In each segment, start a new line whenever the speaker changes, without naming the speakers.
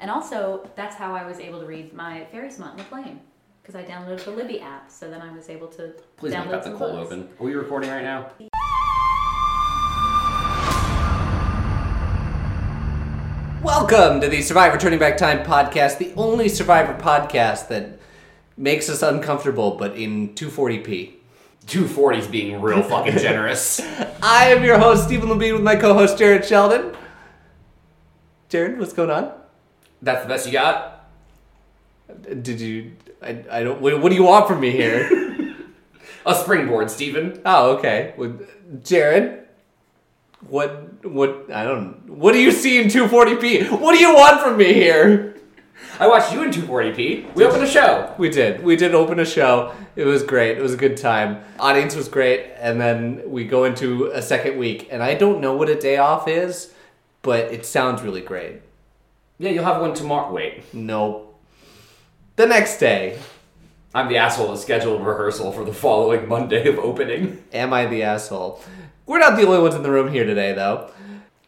And also, that's how I was able to read my Very Smart McLean because I downloaded the Libby app. So then I was able to
Please
download
don't cut the
some
cold
books.
open. Are we recording right now?
Welcome to the Survivor Turning Back Time podcast, the only Survivor podcast that makes us uncomfortable, but in 240p.
240's being real fucking generous.
I am your host, Stephen Levine, with my co-host Jared Sheldon. Jared, what's going on?
That's the best you got?
Did you? I, I don't. What, what do you want from me here?
A springboard, Steven.
oh, okay. Well, Jared, what? What? I don't. What do you see in 240p? What do you want from me here?
I watched you in 240p. We opened a show.
We did. We did open a show. It was great. It was a good time. Audience was great. And then we go into a second week. And I don't know what a day off is, but it sounds really great.
Yeah, you'll have one tomorrow. Wait.
Nope. The next day.
I'm the asshole that scheduled rehearsal for the following Monday of opening.
Am I the asshole? We're not the only ones in the room here today, though.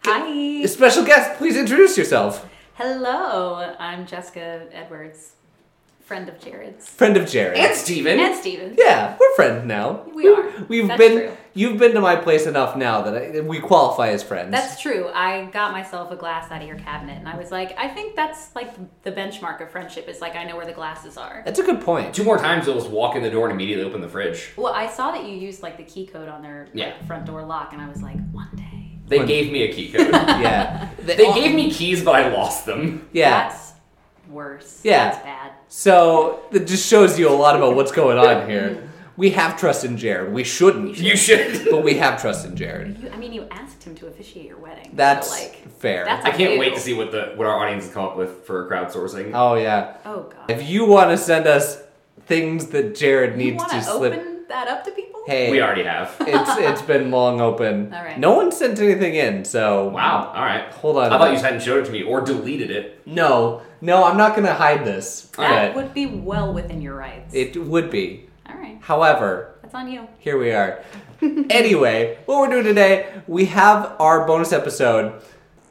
Hi.
Special guest, please introduce yourself.
Hello. I'm Jessica Edwards, friend of Jared's.
Friend of Jared.
And Steven!
And Steven.
yeah, we're friends now.
We are.
We've
That's
been.
true.
You've been to my place enough now that I, that we qualify as friends.
That's true. I got myself a glass out of your cabinet and I was like, I think that's like the benchmark of friendship is like I know where the glasses are.
That's a good point.
Two more times, you'll just walk in the door and immediately open the fridge.
Well, I saw that you used like the key code on their like,
Yeah.
front door lock and I was like, one day.
They gave me a key code.
Yeah.
they gave me keys, but I lost them.
Yeah.
That's worse.
Yeah.
That's bad.
So it just shows you a lot about what's going on here. We have trust in Jared. We shouldn't,
You should.
but we have trust in Jared.
You, I mean, you asked him to officiate your wedding. so,
That's
like,
fair.
that's
I can't
Ew.
wait to see what the what our audience has come up with for crowdsourcing.
oh yeah.
oh god.
If you want to send us things that Jared
you
needs
want
to
to
slip,
open that up to people?
hey,
we already have.
it's it's been long open.
All right.
No one sent anything in, so
Wow. All right.
Hold on.
I thought you hadn't showed it to me or deleted it.
No, no, I'm not gonna hide this.
That
but
would be well within your rights.
it would be.
All right.
However,
That's on you.
Here we are. anyway, what we're doing today, we have our bonus episode.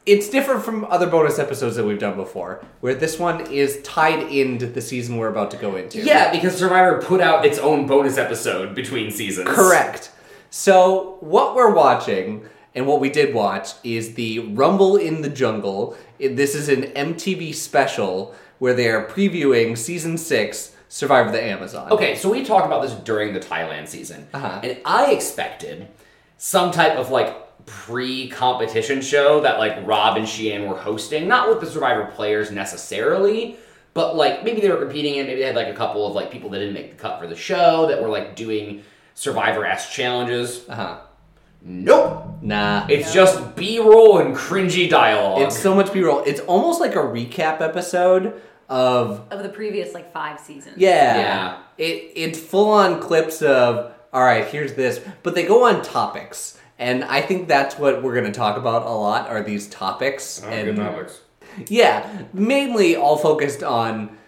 It's different from other bonus episodes that we've done before, where this one is tied into the season we're about to go into.
Yeah, because Survivor put out its own bonus episode between seasons.
Correct. So, what we're watching and what we did watch is the Rumble in the Jungle. It- This is an MTV special where they are previewing season six, Survivor the Amazon.
Okay, so we talked about this during the Thailand season.
Uh-huh.
And I expected some type of like pre-competition show that like Rob and Sheehan were hosting, not with the Survivor players necessarily, but like maybe they were competing and maybe they had like a couple of like people that didn't make the cut for the show that were like doing Survivor-esque challenges.
Uh huh.
Nope.
Nah.
It's just B-roll and cringy dialogue.
It's so much B roll. It's almost like a recap episode of
Of the previous like five seasons.
yeah.
Yeah.
It it's full on clips of all right, here's this, but they go on topics, and I think that's what we're gonna talk about a lot are these
Oh,
topics. and yeah, mainly all focused on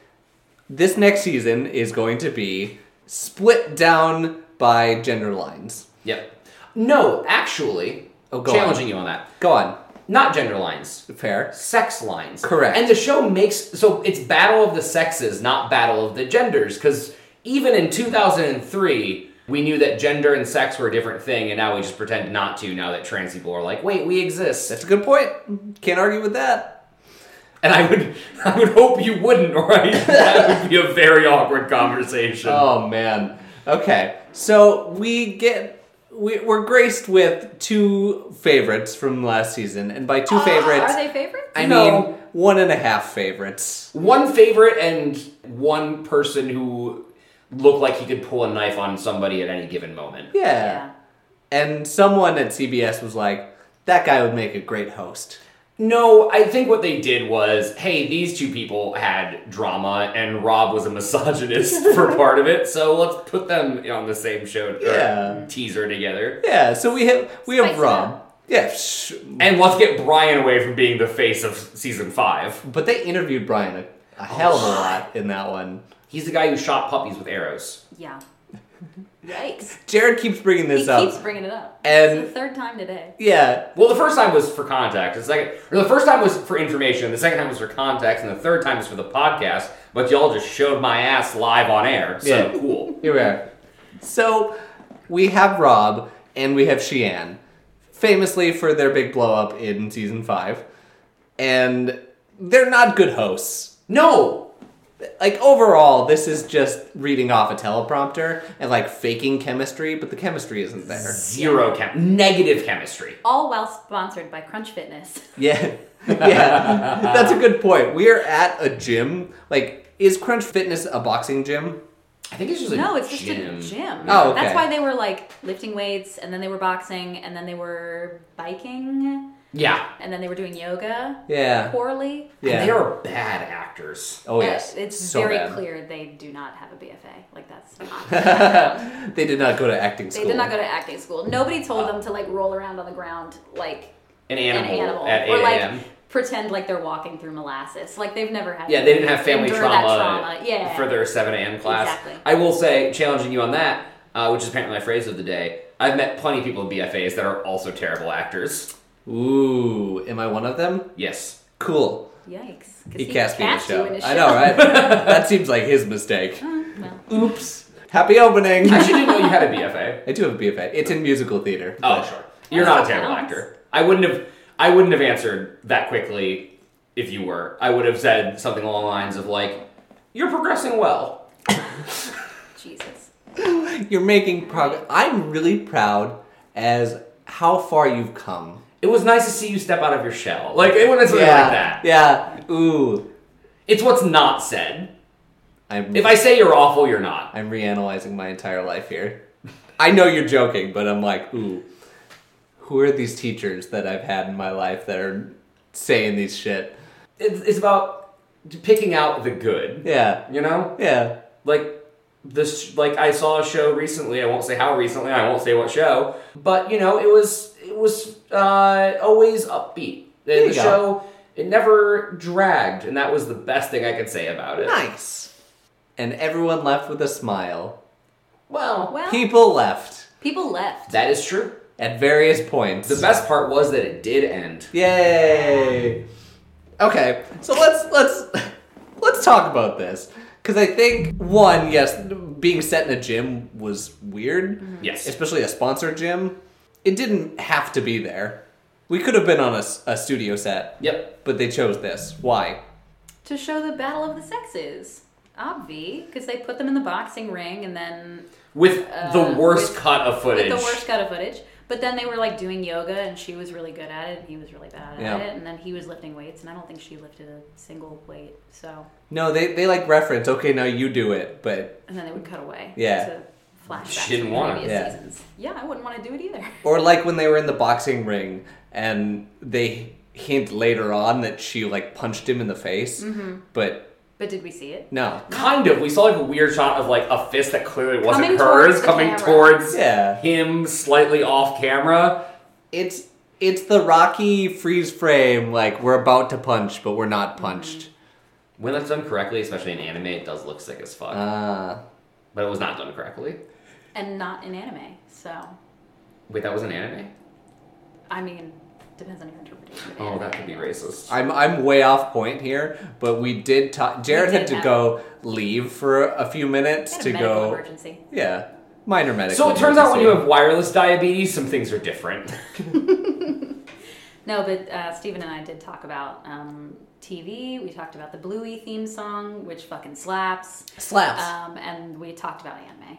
this next season is going to be split down by gender lines.
Yep. No, actually,
Oh, go
challenging
on.
you on that.
Go on,
Not gender lines,
fair.
sex lines.
Correct.
And the show makes so it's battle of the sexes, not battle of the genders, because even in 2003. We knew that gender and sex were a different thing, and now we just pretend not to. Now that trans people are like, "Wait, we exist,"
That's a good point. Can't argue with that.
and I would, I would hope you wouldn't, right? that would be a very awkward conversation.
Oh man. Okay. So we get we, we're graced with two favorites from last season, and by two
Ah,
favorites,
Are they favorites?
I
No.
mean one and a half favorites.
one favorite and one person who looked like he could pull a knife on somebody at any given moment.
Yeah.
yeah.
And someone at CBS was like, "That guy would make a great host."
No, I think what they did was, hey, these two people had drama, and Rob was a misogynist for part of it, so let's put them on the same show or
Yeah.
teaser together,
Yeah. So we have we
Spice
have
it
Rob. Yeah. Sh-
and let's get Brian away from being the face of season five.
but they interviewed
Oh,
Brian a, a hell of a lot in that one.
He's the guy who shot puppies with arrows.
Yeah. Yikes.
Jared keeps bringing
He
this up.
keeps bringing it up.
And-
it's the third time today.
yeah.
Well, the first time was for contact. The second, or the first time was for information. The second time was for contacts, and the third time was for the podcast. But y'all just showed my ass live on air. So
Yeah.
cool.
Here we are. So we have Rob and we have Sheehan, famously for their big blow up in season five. And they're not good hosts.
No,
Like overall, this is just reading off a teleprompter and like faking chemistry, but the chemistry isn't there.
zero chem, negative chemistry.
All while sponsored by Crunch Fitness.
Yeah. yeah. That's a good point. We are at a gym. Like, is Crunch Fitness a boxing gym?
I think it's just a
No, it's just
gym.
a gym.
Oh, okay.
That's why they were like lifting weights and then they were boxing and then they were biking
Yeah,
and then they were doing yoga
Yeah.
poorly.
And
Yeah.
they are bad actors.
oh,
Uh,
yes.
It's
So
very
bad.
clear they do not have a BFA. Like that's not
They did not go to acting
They
school.
did not go to acting school. Nobody told them to like roll around on the ground like
An animal,
an animal
at
or
8
like
a.m.
pretend like they're walking through molasses. Like they've never had.
Yeah, they didn't have family
endure
trauma,
That trauma. Yeah.
for their 7 a.m. class.
Exactly.
I will say, challenging you on that, uh, which is apparently my phrase of the day, I've met plenty of people in BFAs that are also terrible actors.
Ooh, am I one of them?
Yes.
Cool.
Yikes. 'Cause
He cast me in a
cast you
show.
in his
I know, right? that seems like his mistake.
Mm, well,
Oops. Happy opening.
Ah. I actually didn't know you had a BFA.
I do have a BFA. It's in musical theater.
Oh,
but-
sure. You're not a
That
terrible
counts.
actor. I wouldn't have. I wouldn't have answered that quickly if you were. I would have said something along the lines of like, "You're progressing well."
Jesus.
You're making progress. I'm really proud as how far you've come.
It was nice to see you step out of your shell. Like it wouldn't have something like that.
Yeah. Ooh.
It's what's not said.
I'm,
If I say you're awful, you're not.
I'm reanalyzing my entire life here. I know you're joking, but I'm like, ooh. Who are these teachers that I've had in my life that are saying these shit?
It's, it's about picking out the good.
Yeah.
You know,
Yeah.
like this. Like I saw a show recently. I won't say how recently. I won't say what show. But you know, it was it was uh, always upbeat.
There
The,
you
the
go.
show it never dragged, and that was the best thing I could say about it.
Nice. And everyone left with a smile.
Well,
Well,
People left
people left.
that is true.
at various points.
The best part was that it did end.
Yay. Okay, so let's let's let's talk about this cuz I think one, yes, being set in a gym was weird,
Yes.
especially a sponsor gym. It didn't have to be there. We could have been on a, s- a studio set,
Yep.
but they chose this. Why?
To show the battle of the sexes. Obvi, because they put them in the boxing ring and then
With the
Uh,
worst
with-
cut of footage.
with the worst cut of footage. But then they were like doing yoga and she was really good at it and he was really bad at
Yeah.
it. And then he was lifting weights and I don't think she lifted a single weight. So,
No, they they like reference, okay, now you do it, but
and then they would cut away
Yeah.
to flashbacks
She didn't
from
want it.
previous
Yeah.
seasons. Yeah, I wouldn't want to do it either.
Or like when they were in the boxing ring and they hint later on that she like punched him in the face,
Mm-hmm.
but
But did we see it?
no.
Kind of. We saw like a weird shot of like a fist that clearly wasn't
Coming
hers
towards the
coming
camera.
towards
Yeah.
him slightly off camera.
It's it's the Rocky freeze frame like we're about to punch but we're not punched.
When that's done correctly, especially in anime, it does look sick as
Mm-hmm.
fuck.
Uh
but it was not done correctly.
And not in anime. So,
Wait, that was an anime?
I mean, depends on your interpretation. of
Oh,
anime,
that could be
I guess.
racist.
I'm I'm way off point here, but we did talk Jared
did
had to
have-
go leave for a few minutes
Had a
to
medical
go
emergency.
Yeah. Minor medical.
So it turns out when you
emergency.
have wireless diabetes, some things are different.
No, but uh, Stephen and I did talk about um, TV. We talked about the Bluey theme song, which fucking slaps.
slaps.
Um, and we talked about anime.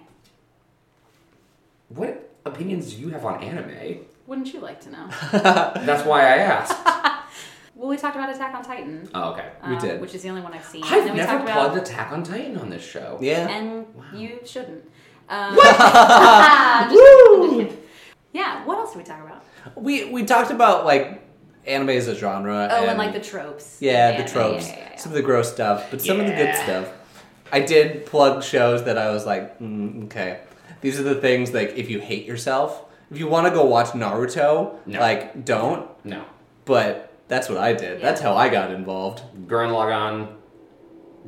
what opinions do you have on anime?
Wouldn't you like to know?
That's why I asked.
well, we talked about Attack on Titan. um,
Oh, okay.
We did.
Which is the only one I've seen.
I've
Uh, we
never
talked about-
plugged Attack on Titan on this show.
yeah.
And you shouldn't. Um,
Woo!
yeah, what else did we talk about?
We we talked about like anime as a genre.
Oh, and, like the tropes.
yeah,
in
the
anime.
tropes,
Yeah, yeah, yeah.
some of the gross stuff, but some of the good
Yeah.
stuff. I did plug shows that I was like, mm, okay, these are the things like if you hate yourself, if you want to go watch Naruto,
No.
like don't.
No.
But that's what I did. That's
Yeah.
how I got involved.
Gurren Lagann,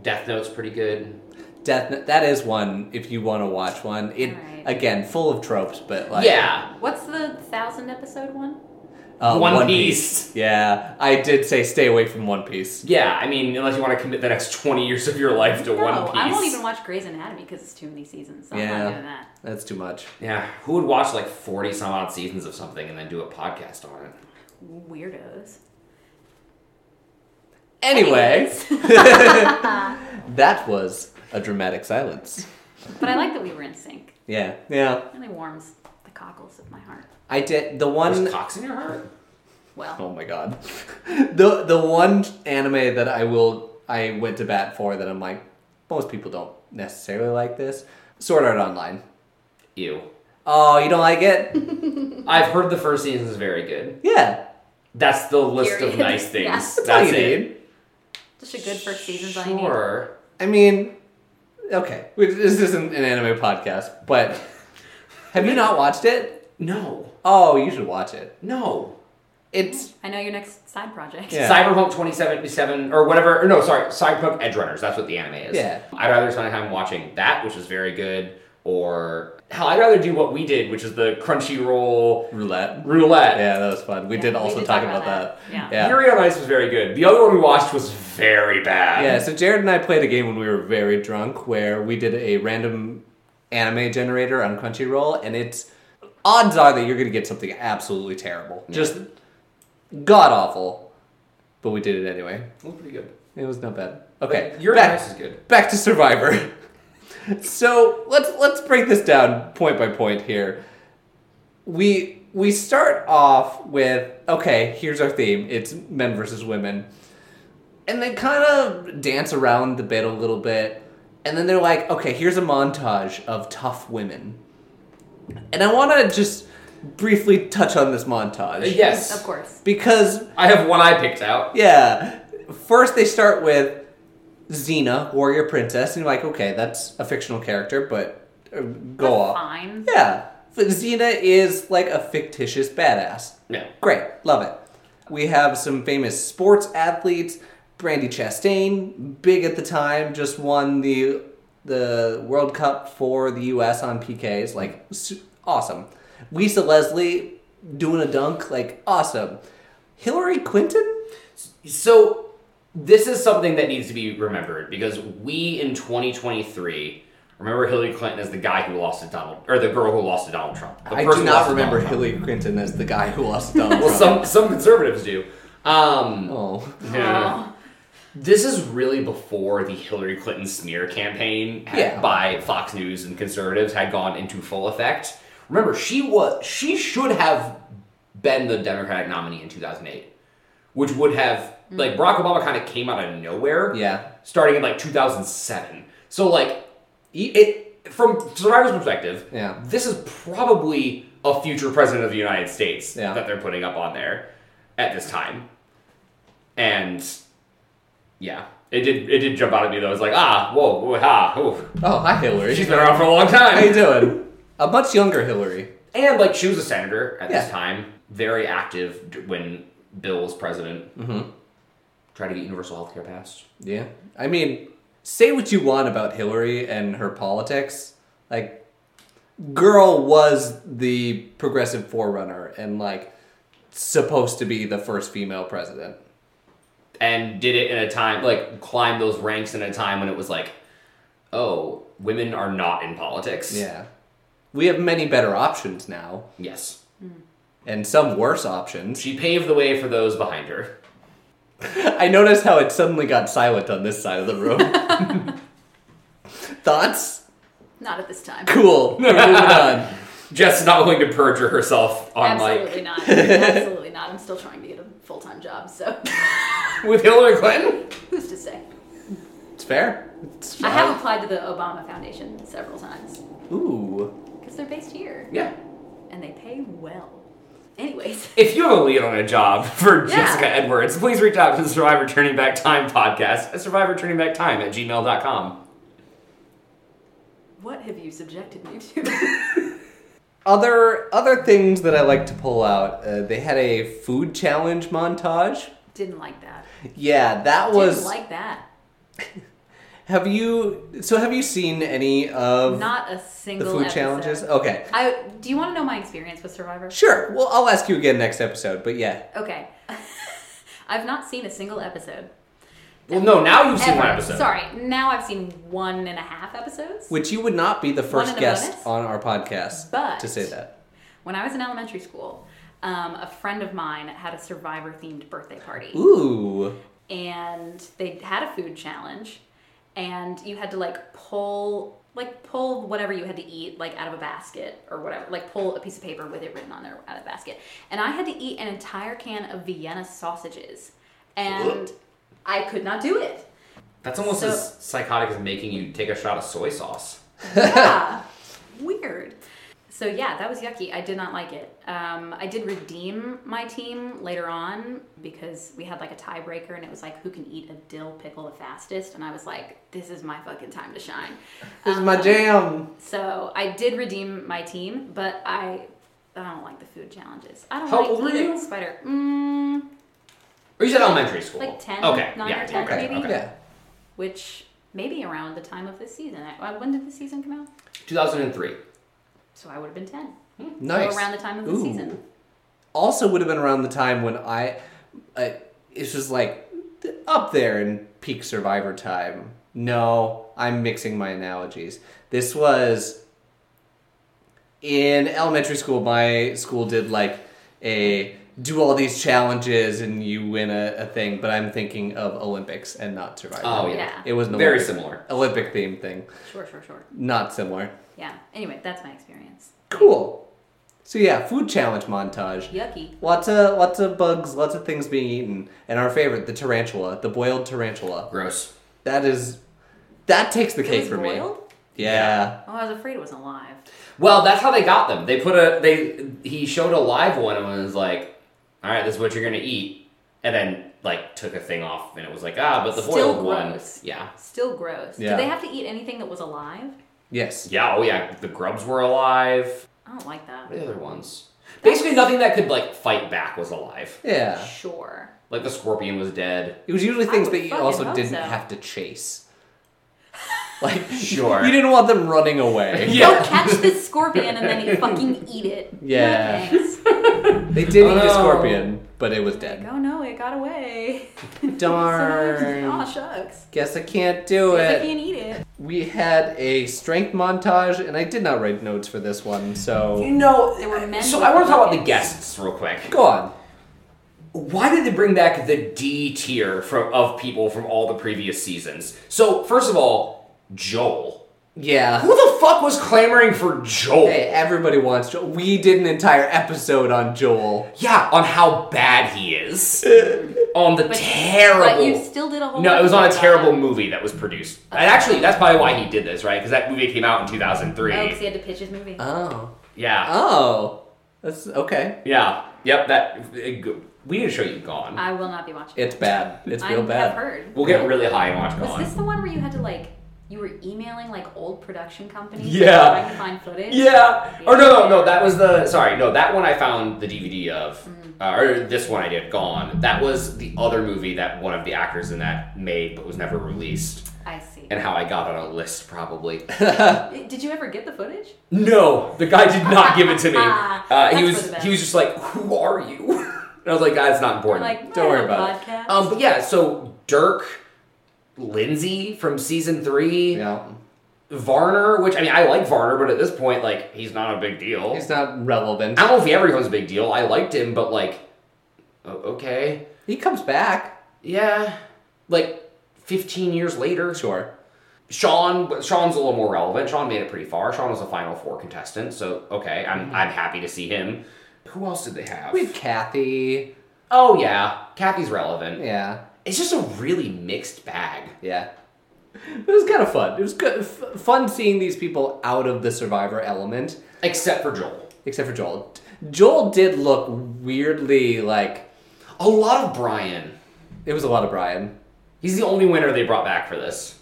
Death Note's pretty good.
Death Note, that is one if you want to watch one. It
Alright.
again full of tropes, but like
yeah,
What's the thousand episode one?
uh,
One
Yeah, I did say stay away from One Piece.
yeah. I mean, unless you want to commit the next twenty years of your life to
no,
One Piece.
I won't even watch Grey's Anatomy because it's too many seasons. So I'm
Yeah.
not doing that.
That's too much.
Yeah, who would watch like forty some odd seasons of something and then do a podcast on it?
Weirdos.
Anyway,
Anyways.
that was a dramatic silence.
but I like that we were in sync.
Yeah, yeah.
It really warms the cockles of my heart.
I did the
There's
one
cocks in your heart.
Well,
Oh my god. the the one anime that I will I went to bat for that I'm like most people don't necessarily like this. Sword Art Online.
Ew.
Oh, you don't like it?
I've heard the first season is very good.
yeah.
That's the list of
Period.
nice things.
Yeah.
That's,
That's all you
it.
need.
just a good first season.
Sure.
I need.
I mean, okay. Which- This isn't an anime podcast, but have you not watched it?
No.
Oh, you should watch it.
No.
It's
I know your next side project.
Yeah.
Cyberpunk 2077 or whatever. Or no, sorry, Cyberpunk Edge Runners. That's what the anime is.
Yeah.
I'd rather spend time watching that, which is very good, or hell, I'd rather do what we did, which is the Crunchyroll
roulette.
roulette.
Yeah, that was fun. We
Yeah,
did
we
also
did
talk about that.
Yeah.
Yuri on Ice was very good. The other one we watched was very bad.
Yeah, so Jared and I played a game when we were very drunk where we did a random anime generator on Crunchyroll, and it's odds are that you're going to get something absolutely terrible. Just god awful. But we did it anyway.
It was pretty good.
It was not bad. Okay.
Yuri on
back,
Ice is good.
back to Survivor. so let's let's break this down point by point here. We we start off with okay, here's our theme. It's men versus women. And they kind of dance around the bit a little bit. And then they're like, okay, here's a montage of tough women. And I want to just briefly touch on this montage.
Uh, yes.
Of course.
Because
I have one I picked out.
yeah. First, they start with Xena, warrior princess, and you're like, okay, that's a fictional character, but uh, go
That's
off.
Fine.
Yeah. But Xena is like a fictitious badass.
No.
Great. Love it. We have some famous sports athletes. Brandy Chastain, big at the time, just won the the World Cup for the U.S. on PKs. Like, su- awesome. Lisa Leslie doing a dunk. Like, awesome. Hillary Clinton?
So this is something that needs to be remembered because we in 2023 remember Hillary Clinton as the guy who lost to Donald or the girl who lost to Donald Trump. The
I
person who
do not
lost to
remember
Donald Trump.
Hillary Clinton as the guy who lost Donald
Well,
Trump.
some some conservatives do. Um,
Oh.
yeah.
Oh.
This is really before the Hillary Clinton smear campaign had-
Yeah.
by Fox News and conservatives had gone into full effect. Remember, she was she should have been the Democratic nominee in 2008, which would have like Barack Obama kind of came out of nowhere.
Mm. Yeah.
starting in like 2007. So like e, it from Survivor's perspective,
Yeah.
this is probably a future president of the United States
Yeah.
that they're putting up on there at this time. And yeah, it did it did jump out at me though. It's like ah whoa, whoa ha ooh.
Oh, hi Hillary.
she's been around for a long
How you
time.
doing? A much younger Hillary.
And like she was a senator at
Yeah.
this time, very active d- when Bill was president. Mm-hmm. Trying to get universal health care passed.
Yeah. I mean, say what you want about Hillary and her politics. Like, girl was the progressive forerunner and, like, supposed to be the first female president.
and did it in a time like climbed those ranks in a time when it was like, oh, women are not in politics.
Yeah. We have many better options now,
Yes.
and some worse options.
She paved the way for those behind her.
I noticed how it suddenly got silent on this side of the room. Thoughts?
Not at this time.
Cool. We're moving on.
Jess not willing to perjure herself on
Absolutely not. Absolutely not. I'm still trying to get a full time job, so
like with Hillary Clinton.
who's to say?
It's fair. It's
I
fine.
have applied to the Obama Foundation several times
Ooh.
because they're based here
Yeah.
and they pay well. Anyways,
If you have a lead on a job for
Yeah.
Jessica Edwards, please reach out to the Survivor Turning Back Time podcast at survivorturningbacktime at gmail.com.
what have you subjected me to?
Other other things that I like to pull out. Uh, they had a food challenge montage.
Didn't like that.
Yeah, that was
Didn't like that.
Have you? So have you seen any of
Not a
the
single
food
episode.
challenges? Okay,
I do you want to know my experience with Survivor?
sure. Well, I'll ask you again next episode. But yeah,
Okay. I've not seen a single episode.
Well, no, now you've seen
Ever.
one episode.
Sorry, now I've seen one and a half episodes.
which you would not be the
of
first
the
guest
bonus?
on our podcast
But-
to say that.
When I was in elementary school, um, a friend of mine had a Survivor themed birthday party.
Ooh,
and they had a food challenge and you had to like pull like pull whatever you had to eat like out of a basket or whatever like pull a piece of paper with it written on there out of the basket and i had to eat an entire can of vienna sausages and i could not do it
That's almost
So-
as psychotic as making you take a shot of soy sauce.
yeah. weird so yeah that was yucky i did not like it um, i did redeem my team later on because we had like a tiebreaker and it was like who can eat a dill pickle the fastest and i was like this is my fucking time to shine
this is my
Um,
jam.
so i did redeem my team but i i don't like the food challenges i don't
How
like
old were
either
you?
spider mm,
Or you said elementary school.
Like 10,
Okay.
9
yeah,
or 10
okay,
maybe?
okay.
Yeah,
which maybe around the time of this season I, uh, when did the season come out
2003.
so i would have been 10
nice.
so around the time of the
Ooh.
season
also would have been around the time when I, I it's just like up there in peak survivor time. No, I'm mixing my analogies. This was in elementary school. My school did like a do all these challenges and you win a, a thing, but I'm thinking of Olympics and not survivor.
Oh,
Yeah.
yeah.
It was an
Very
Olympic,
similar.
Olympic themed thing.
sure sure sure
Not similar.
yeah anyway that's my experience
Cool. So yeah, food challenge montage.
yucky
Lots of lots of bugs, lots of things being eaten, and our favorite, the tarantula, the boiled tarantula.
Gross.
That is, that takes the
It
cake
was
for me.
boiled?
Yeah.
Oh, I was afraid it was alive.
Well, that's how they got them. They put a they he showed a live one and was like, "All right, this is what you're gonna eat," and then like took a thing off and it was like, "Ah, but the
Still
boiled
gross.
one, yeah,
Still gross.
Yeah.
Did they have to eat anything that was alive?
Yes.
yeah, oh yeah, the grubs were alive.
I don't like that.
What are the other ones? Basically, nothing that could like fight back was alive.
Yeah.
Sure.
Like the scorpion was dead.
It was usually
I
things
would
that you
fucking
also
hope
didn't
so.
have to chase. Like
Sure.
you didn't want them running away.
Yeah.
Go catch this scorpion and then you fucking eat it.
Yeah.
No thanks.
They did
Oh,
eat a
no.
scorpion, but it was dead.
oh no, it got away. oh
Darn.
shucks.
Guess I can't do
Guess I
it.
can't eat it.
We had a strength montage, and I did not write notes for this one, so
know,
They were men
so
with
I want to talk about the
buckets.
guests real quick.
go on.
why did they bring back the D tier from of people from all the previous seasons? So first of all, Joel.
Yeah.
Who the fuck was clamoring for Joel?
Hey, everybody wants Joel. We did an entire episode on Joel.
Yeah, on how bad he is. on the
But
terrible.
you still did a whole
no, it was on a
episode
terrible
it.
movie that was produced. And actually, that's probably why he did this, right? Because that movie came out in 2003.
Oh, because he had to pitch his movie.
Uh,
Oh.
Yeah.
Oh. That's okay.
Yeah. Yep, that. it- we need to show you Gone.
I will not be watching.
It's bad. It's
I
real
have
bad.
heard.
we'll get really high and watch
Was
Gone.
this the one where you had to like you were emailing like old production companies
Yeah.
trying to find footage?
Yeah. Or no, no, no. That was the sorry. No, that one I found the DVD of,
Mm-hmm.
uh, or this one I did. Gone. That was the other movie that one of the actors in that made, but was never released,
I see.
and how I got on a list probably.
Did you ever get the footage?
no, the guy did not give it to me. Uh,
Ah, That's
he
for
was
the best.
he was just like, "Who are you?" and I was like, "Ah, "It's not important."
Like,
Don't worry
I have a
about it.
podcast.
um, but yeah. So Dirk, Lindsay from season three,
Yeah.
Varner. Which I mean, I like Varner, but at this point, like, he's not a big deal.
He's not relevant.
I don't know if he ever becomes a big deal. I liked him, but like, o- okay,
He comes back.
yeah, like fifteen years later,
Sure.
Sean. but Sean's a little more relevant. Sean made it pretty far. Sean was a Final Four contestant, so okay, I'm
Mm-hmm.
I'm happy to see him. Who else did they have?
We have Kathy.
oh yeah, Kathy's relevant.
Yeah.
It's just a really mixed bag.
Yeah. It was kind of fun. It was good, f- fun seeing these people out of the survivor element,
Except for Joel.
except for Joel. Joel did look weirdly like
A lot of Brian.
it was a lot of Brian.
He's the only winner they brought back for this.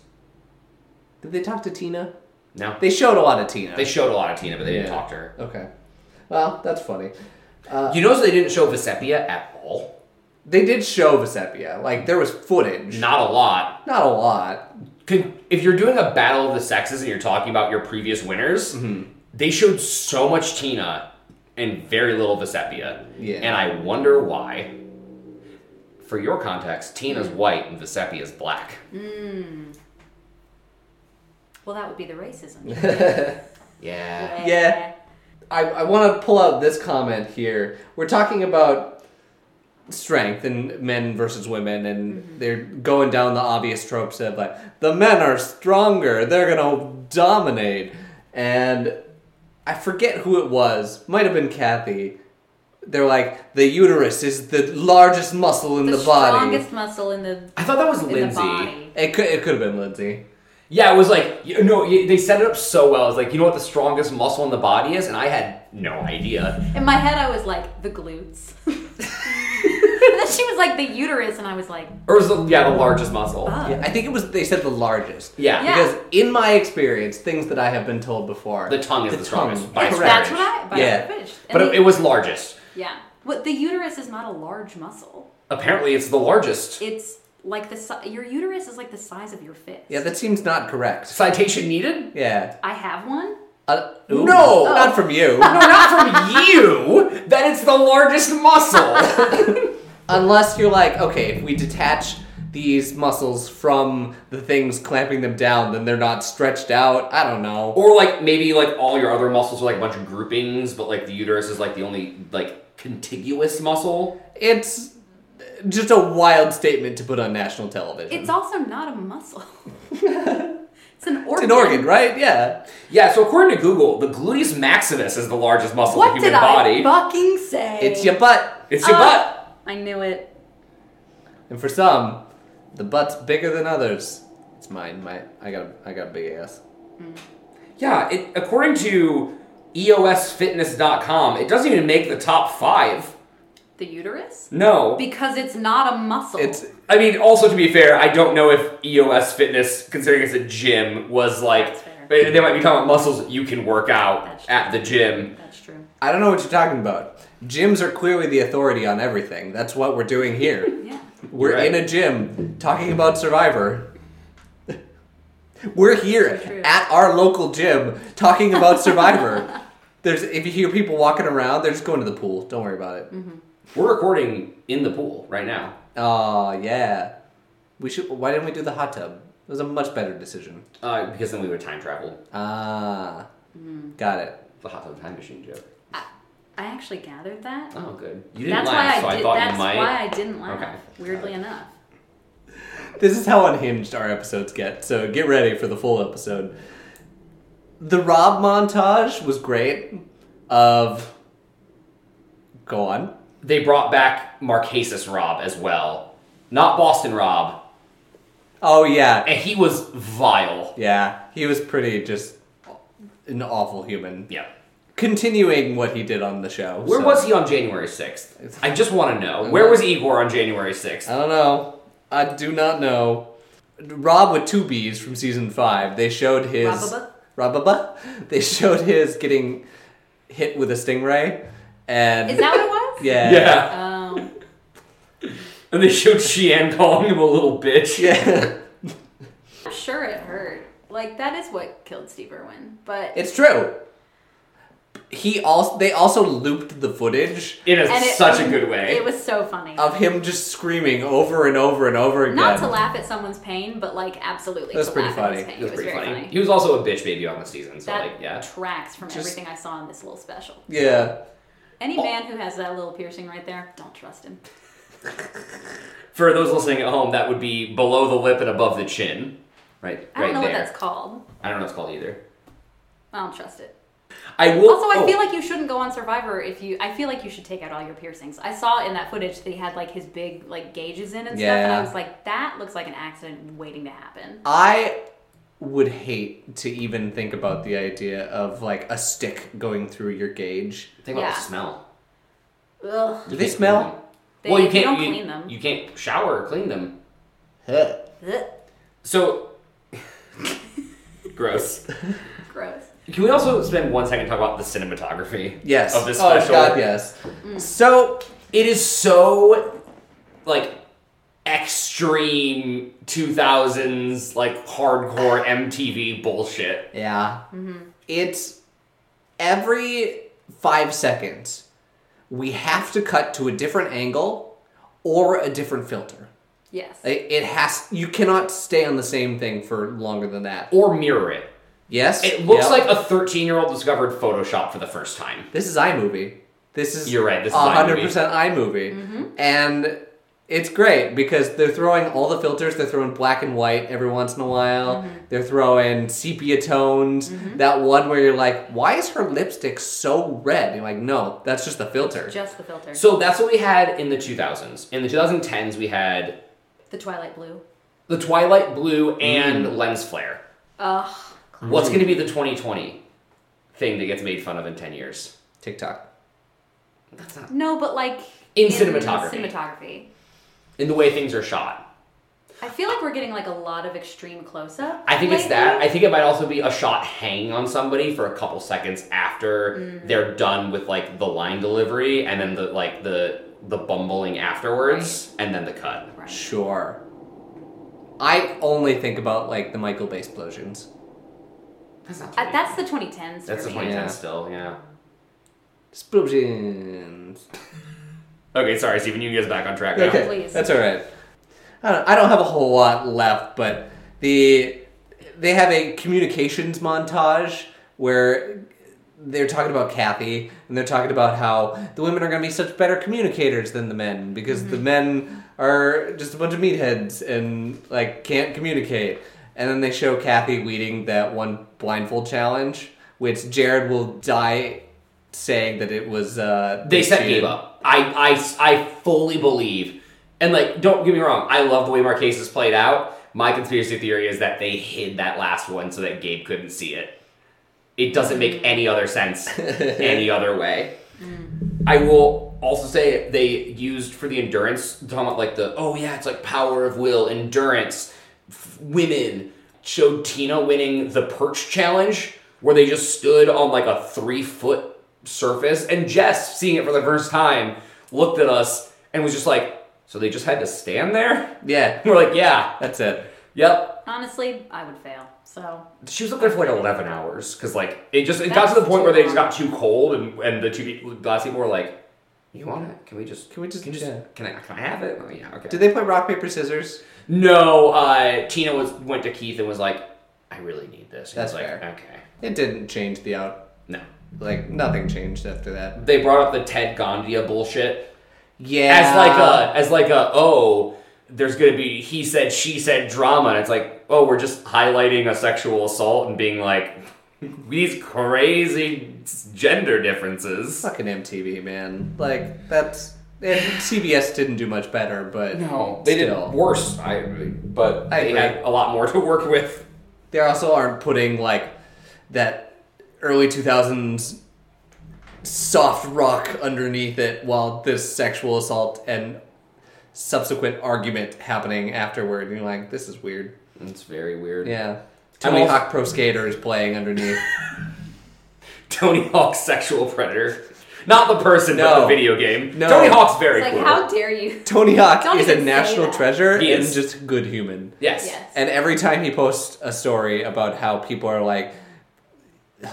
Did they talk to Tina?
No.
They showed a lot of Tina.
They showed a lot of Tina, but they didn't
Yeah. Uh,
talk to her.
Okay. Well, that's funny.
You notice they didn't show Vesepia at all?
They did show Vesepia. Like, there was footage.
Not a lot.
Not a lot.
could, if you're doing a battle of the sexes and you're talking about your previous winners, they showed so much Tina and very little Vesepia.
Yeah.
And I wonder why. For your context, Tina's white and Vesepia's black.
Well, that would be the racism.
Yeah.
Yeah. I, I want to pull out this comment here. We're talking about strength and men versus women, and
Mm-hmm.
they're going down the obvious tropes of like, the men are stronger, they're going to dominate. And I forget who it was, might have been Kathy. They're like, the uterus is the largest muscle in
The,
the, body.
strongest muscle in the
I thought that was
in
Lindsay.
the body.
It could, it could have been Lindsay.
Yeah, it was like you no, you- they set it up so well. It's like you know what the strongest muscle in the body is, and I had no idea.
In my head, I was like the glutes. and then she was like the uterus, and I was like,
Or was it, yeah the largest muscle?
oh.
Yeah, I think it was, they said the largest.
Yeah.
Yeah.
Because in my experience, things that I have been told before,
The tongue is the, strongest.
tongue.
By
Correct.
That's what I. By
Yeah.
yeah. Fish.
But it, it was largest.
Yeah. What the uterus is not a large muscle.
Apparently, it's the largest.
It's like the si- your uterus is like the size of your fist.
Yeah, that seems not correct.
Citation needed?
Yeah.
I have one.
Uh,
No!
not from
No,
you.
not from you. That it's the largest muscle.
Unless you're like, okay, if we detach these muscles from the things clamping them down, then they're not stretched out. I don't know.
or like maybe like all your other muscles are like a bunch of groupings, but like the uterus is like the only like contiguous muscle.
it's just a wild statement to put on national television.
It's also not a muscle. it's an organ.
It's an organ, right? Yeah.
Yeah, so according to Google, the gluteus maximus is the largest muscle
What
in the
did
human body.
I fucking say?
It's your butt.
It's your
Uh,
butt.
I knew it.
And for some, the butt's bigger than others. It's mine. My, I got, a, I got a big ass.
Yeah, it, according to E EOSFitness.com, it doesn't even make the top five.
The uterus?
No.
Because it's not a muscle.
It's
I mean, also to be fair, I don't know if EOS Fitness, considering it's a gym, was like
That's fair.
they they might be talking about muscles you can work out
That's true.
at the gym.
That's true.
I don't know what you're talking about. Gyms are clearly the authority on everything. That's what we're doing here.
Yeah.
We're
You're right.
in a gym talking about Survivor. we're here
So true.
at our local gym talking about Survivor. There's if you hear people walking around, they're just going to the pool. Don't worry about it.
Mm-hmm.
We're recording in the pool right now.
Oh yeah, we should. Why didn't we do the hot tub? It was a much better decision.
Uh, because then we would time travel.
Ah,
Mm-hmm.
got it.
The hot tub time machine joke.
I actually gathered that.
Oh, good. You didn't
that's
laugh, so
why I
I
did.
thought
that's
you might.
why I didn't laugh.
Okay.
Weirdly enough.
This is how unhinged our episodes get, so get ready for the full episode. The Rob montage was great. Of. Go on.
They brought back Marquesas Rob as well, not Boston Rob,
Oh, yeah.
and he was vile.
Yeah, he was pretty just an awful human.
Yeah.
Continuing what he did on the show.
Where
so-
was he on January 6th? I just want to know. Where was Igor on January 6th?
I don't know. I do not know. Rob with two B's from season five. They showed his
Rababa?
Rababa. They showed his getting hit with a stingray, and
Is that what it was?
yeah,
yeah.
Um,
And they showed Sheehan calling him a little bitch.
yeah.
I'm sure it hurt. Like that is what killed Steve Irwin. But
It's true. He also they also looped the footage
In a,
and it-
such a good way.
It was so funny.
of him just screaming over and over and over again.
Not to laugh at someone's pain, but like absolutely.
That's
to
pretty
laugh at his
funny.
pain.
It was pretty
very
funny. He was also a bitch baby on the season, so
That
like, yeah.
tracks from
Just-
everything I saw in this little special.
Yeah.
Oh.
Any man who has that little piercing right there, don't trust him.
For those listening at home, that would be below the lip and above the chin. Right,
I
right
don't know
there.
what that's called.
I don't know what it's called either.
I don't trust it.
I will.
Also, I
oh,
feel like you shouldn't go on Survivor if you. I feel like you should take out all your piercings. I saw in that footage that he had like his big like gauges in and stuff, and
Yeah.
I was like, that looks like an accident waiting to happen.
I would hate to even think about the idea of like a stick going through your gauge.
Think about
yeah.
the smell.
Ugh.
Do
You
they
can't clean
smell?
them.
They-
well, you
you
can't.
don't
you,
clean them.
You can't shower or clean them.
Huh.
Ugh.
So gross.
Gross.
Can we also spend one second to talk about the cinematography?
Yes.
Of this special.
Oh
Mm.
God, yes. So
It is so like extreme 2000s like hardcore MTV bullshit.
Yeah.
Mm-hmm.
It's every five seconds, we have to cut to a different angle or a different filter.
Yes.
It it has, you cannot stay on the same thing for longer than that.
Or mirror it.
Yes?
It looks
Yep.
like a 13 year old discovered Photoshop for the first time.
This is iMovie. This is
You're right, this is
hundred percent iMovie, and it's great because they're throwing all the filters. They're throwing black and white every once in a while. They're throwing sepia tones. That one where you're like, "Why is her lipstick so red?" you're like, "No, that's just the filter."
Just the filter.
So that's what we had in the 2000s. In the 2010s, we had
the twilight blue.
the Twilight Blue and Lens Flare.
Ugh.
What's going to be the 2020 thing that gets made fun of in 10 years?
TikTok.
That's not
No, but like
In cinematography.
Cinematography.
in the way things are shot.
I feel like we're getting like a lot of extreme close up.
I think it's that. I think it might also be a shot hanging on somebody for a couple seconds after they're done with like the line delivery and then the like the the bumbling afterwards and then the cut.
right.
Sure. I only think about like the Michael Bay explosions.
That's not.
Uh, that's the 2010s.
that's
for
the
me.
2010
Yeah.
still. Yeah.
Explosions.
Okay, sorry, Stephen. You can get us back on track now.
Okay,
Please.
that's all right. I don't, I don't have a whole lot left, but the they have a communications montage where they're talking about Kathy and they're talking about how the women are going to be such better communicators than the men because the men are just a bunch of meatheads and like can't communicate. And then they show Kathy weeding that one blindfold challenge, which Jared will die saying that it was. Uh,
They set
cheated.
gave up. I, I I fully believe, and like, don't get me wrong. I love the way Marquesas played out. My conspiracy theory is that they hid that last one so that Gabe couldn't see it. It doesn't make any other sense any other way. I will also say they used for the endurance talking about like the oh yeah it's like power of will endurance f- women showed Tina winning the perch challenge where they just stood on like a three foot surface and Jess seeing it for the first time looked at us and was just like so they just had to stand there
Yeah,
we're like yeah
that's it.
yep
Honestly, I would fail. So
she was up there for like 11 hours because like it just it got to the point where they just got too cold and and the two people the last people were like you want it can we just
Can we just-
can, you
yeah.
can i can i have it oh yeah okay
Did they play rock paper scissors?
no uh tina was went to keith and was like i really need this and
That's
he was like
fair.
okay
It didn't change the out.
no
Like nothing changed after that.
they brought up the ted gandia bullshit
Yeah.
as like a as like a oh there's gonna be he said she said drama and it's like oh we're just highlighting a sexual assault and being like these crazy gender differences
fucking MTV man. Like that's and CBS didn't do much better, but
no they
Still.
did worse i but
I
they
agree.
had a lot more to work with
they also aren't putting like that early two thousands soft rock underneath it while this sexual assault and subsequent argument happening afterward. You're like, this is weird.
it's very weird
Yeah.
I'm
Tony
also-
Hawk Pro Skater is playing underneath.
tony hawk's sexual predator not the person but
No.
the video game
No.
tony hawk's very
it's like,
cool
how dare you?
Tony Hawk
Don't
is
even
a
say
national
that.
treasure
He
and
is.
just a good human.
yes
Yes.
And every time he posts a story about how people are like,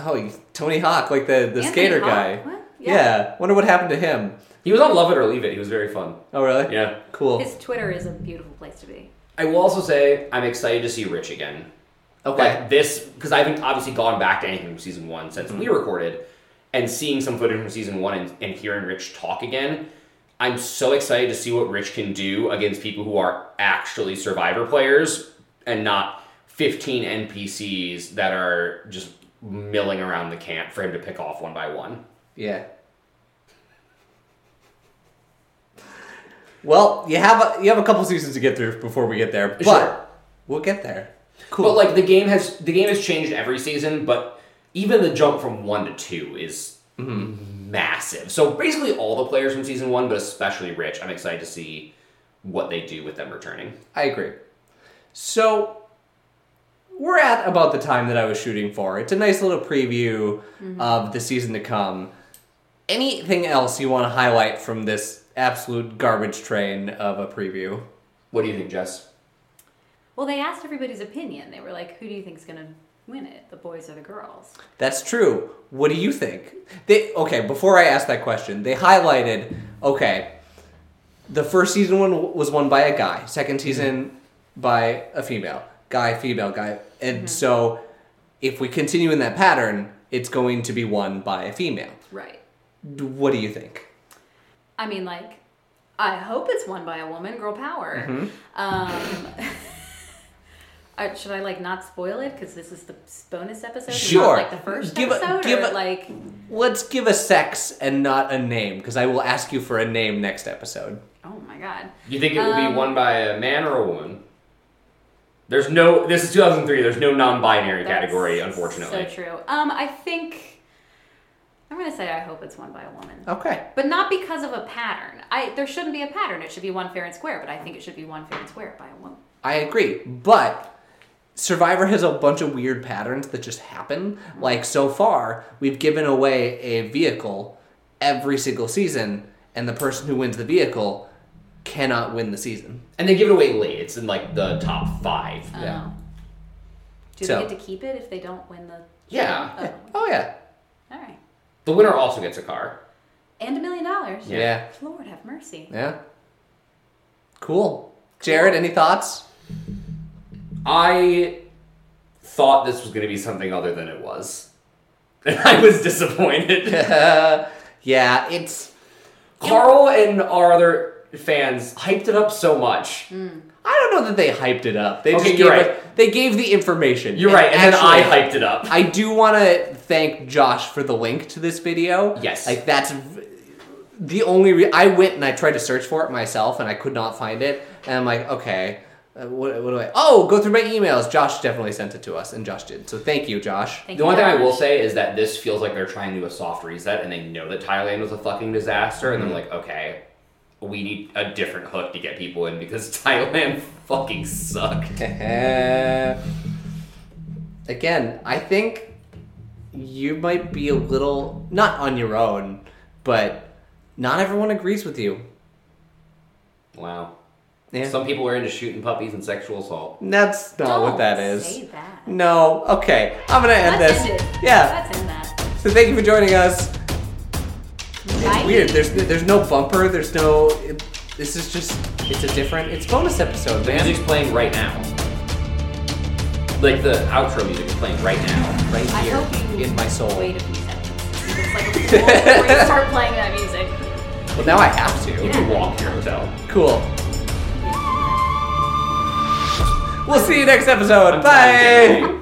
"Oh, he's Tony Hawk, like the the
Anthony
skater
Hawk?
guy."
What?
Yeah. Wonder what happened to him.
he was on love it or leave it he was very fun
Oh, really?
yeah
Cool.
His Twitter is a beautiful place to be.
i will also say i'm excited to see rich again
okay.
Like this, because I haven't obviously gone back to anything from season one since we recorded, and seeing some footage from season one and, and hearing Rich talk again, I'm so excited to see what Rich can do against people who are actually Survivor players and not 15 NPCs that are just milling around the camp for him to pick off one by one.
yeah. Well, you have a you have a couple seasons to get through before we get there, but
Sure.
we'll get there. Cool.
But like the game has the game has changed every season, but even the jump from one to two is Mm-hmm. massive. So basically all the players from season one, but especially Rich, I'm excited to see what they do with them returning.
I agree. So we're at about the time that I was shooting for. It's a nice little preview of the season to come. Anything else you want to highlight from this absolute garbage train of a preview?
What do you think, Jess?
Well, they asked everybody's opinion. They were like, "Who do you think's gonna win it, the boys or the girls?"
That's true. What do you think? They okay. Before I ask that question, they highlighted okay. The first season one was won by a guy. Second season by a female. Guy, female, guy, and so if we continue in that pattern, it's going to be won by a female.
Right.
D- What do you think?
I mean, like, I hope it's won by a woman. Girl power.
Mm-hmm.
Um, I, should I like not spoil it because this is the s- bonus episode, and
Sure.
Not, like the first
Give a-
episode,
give
or
a-
like
Let's give a sex and not a name because I will ask you for a name next episode.
oh my god,
You think it will be
Um,
won by a man or a woman? There's no. This is 2003. There's no non-binary
That's
category, unfortunately.
so true. Um, I think I'm gonna say I hope it's won by a woman.
Okay.
But not because of a pattern. I there shouldn't be a pattern. It should be one fair and square. But I think it should be one fair and square by a woman.
I agree, but Survivor has a bunch of weird patterns that just happen. Like so far, we've given away a vehicle every single season, and the person who wins the vehicle cannot win the season.
And they give it away late. It's in like the top five.
Yeah.
Um, do
So-
they get to keep it if they don't win the?
Yeah.
Oh,
Oh yeah,
all right.
The winner also gets a car.
And a million dollars.
Yeah.
yeah,
Lord have mercy.
yeah. Cool. Jared, any thoughts?
I thought this was going to be something other than it was. And I was disappointed.
Uh, yeah, it's.
Carl and our other fans hyped it up so much.
I don't know that they hyped it up. They
Okay,
just gave
you're
us- they gave the information.
You're right, and then I
actually-
hyped it up.
I do want to thank Josh for the link to this video.
Yes.
Like that's v- the only re- I went and I tried to search for it myself and I could not find it. And I'm like, okay, uh, what, what do I? Oh, go through my emails. Josh definitely sent it to us, and Josh did. So thank you, Josh.
Thank
The one thing I
Josh.
will say is that this feels like they're trying to do a soft reset, and they know that Thailand was a fucking disaster, and they're like, okay, we need a different hook to get people in because Thailand fucking sucked.
Again, I think you might be a little not on your own, but not everyone agrees with you.
Wow.
Yeah.
Some people are into shooting puppies and sexual assault.
that's not
Don't
what that is.
Say that.
No. Okay. I'm gonna end
Let's
this.
end it.
Yeah.
Let's end that.
So thank you for joining us. It's
Bye.
weird. There's there's no bumper. There's no. It, this is just. It's a different. It's bonus episode,
The
man.
music's playing right now. Like the outro music is playing right now.
Right
I
here
hope you
in my soul.
Wait a few seconds. It's like a full- before you start playing that music.
Well, now I have to.
You can walk to your hotel.
Cool. We'll see you next episode.
I'm
Bye.
trying to-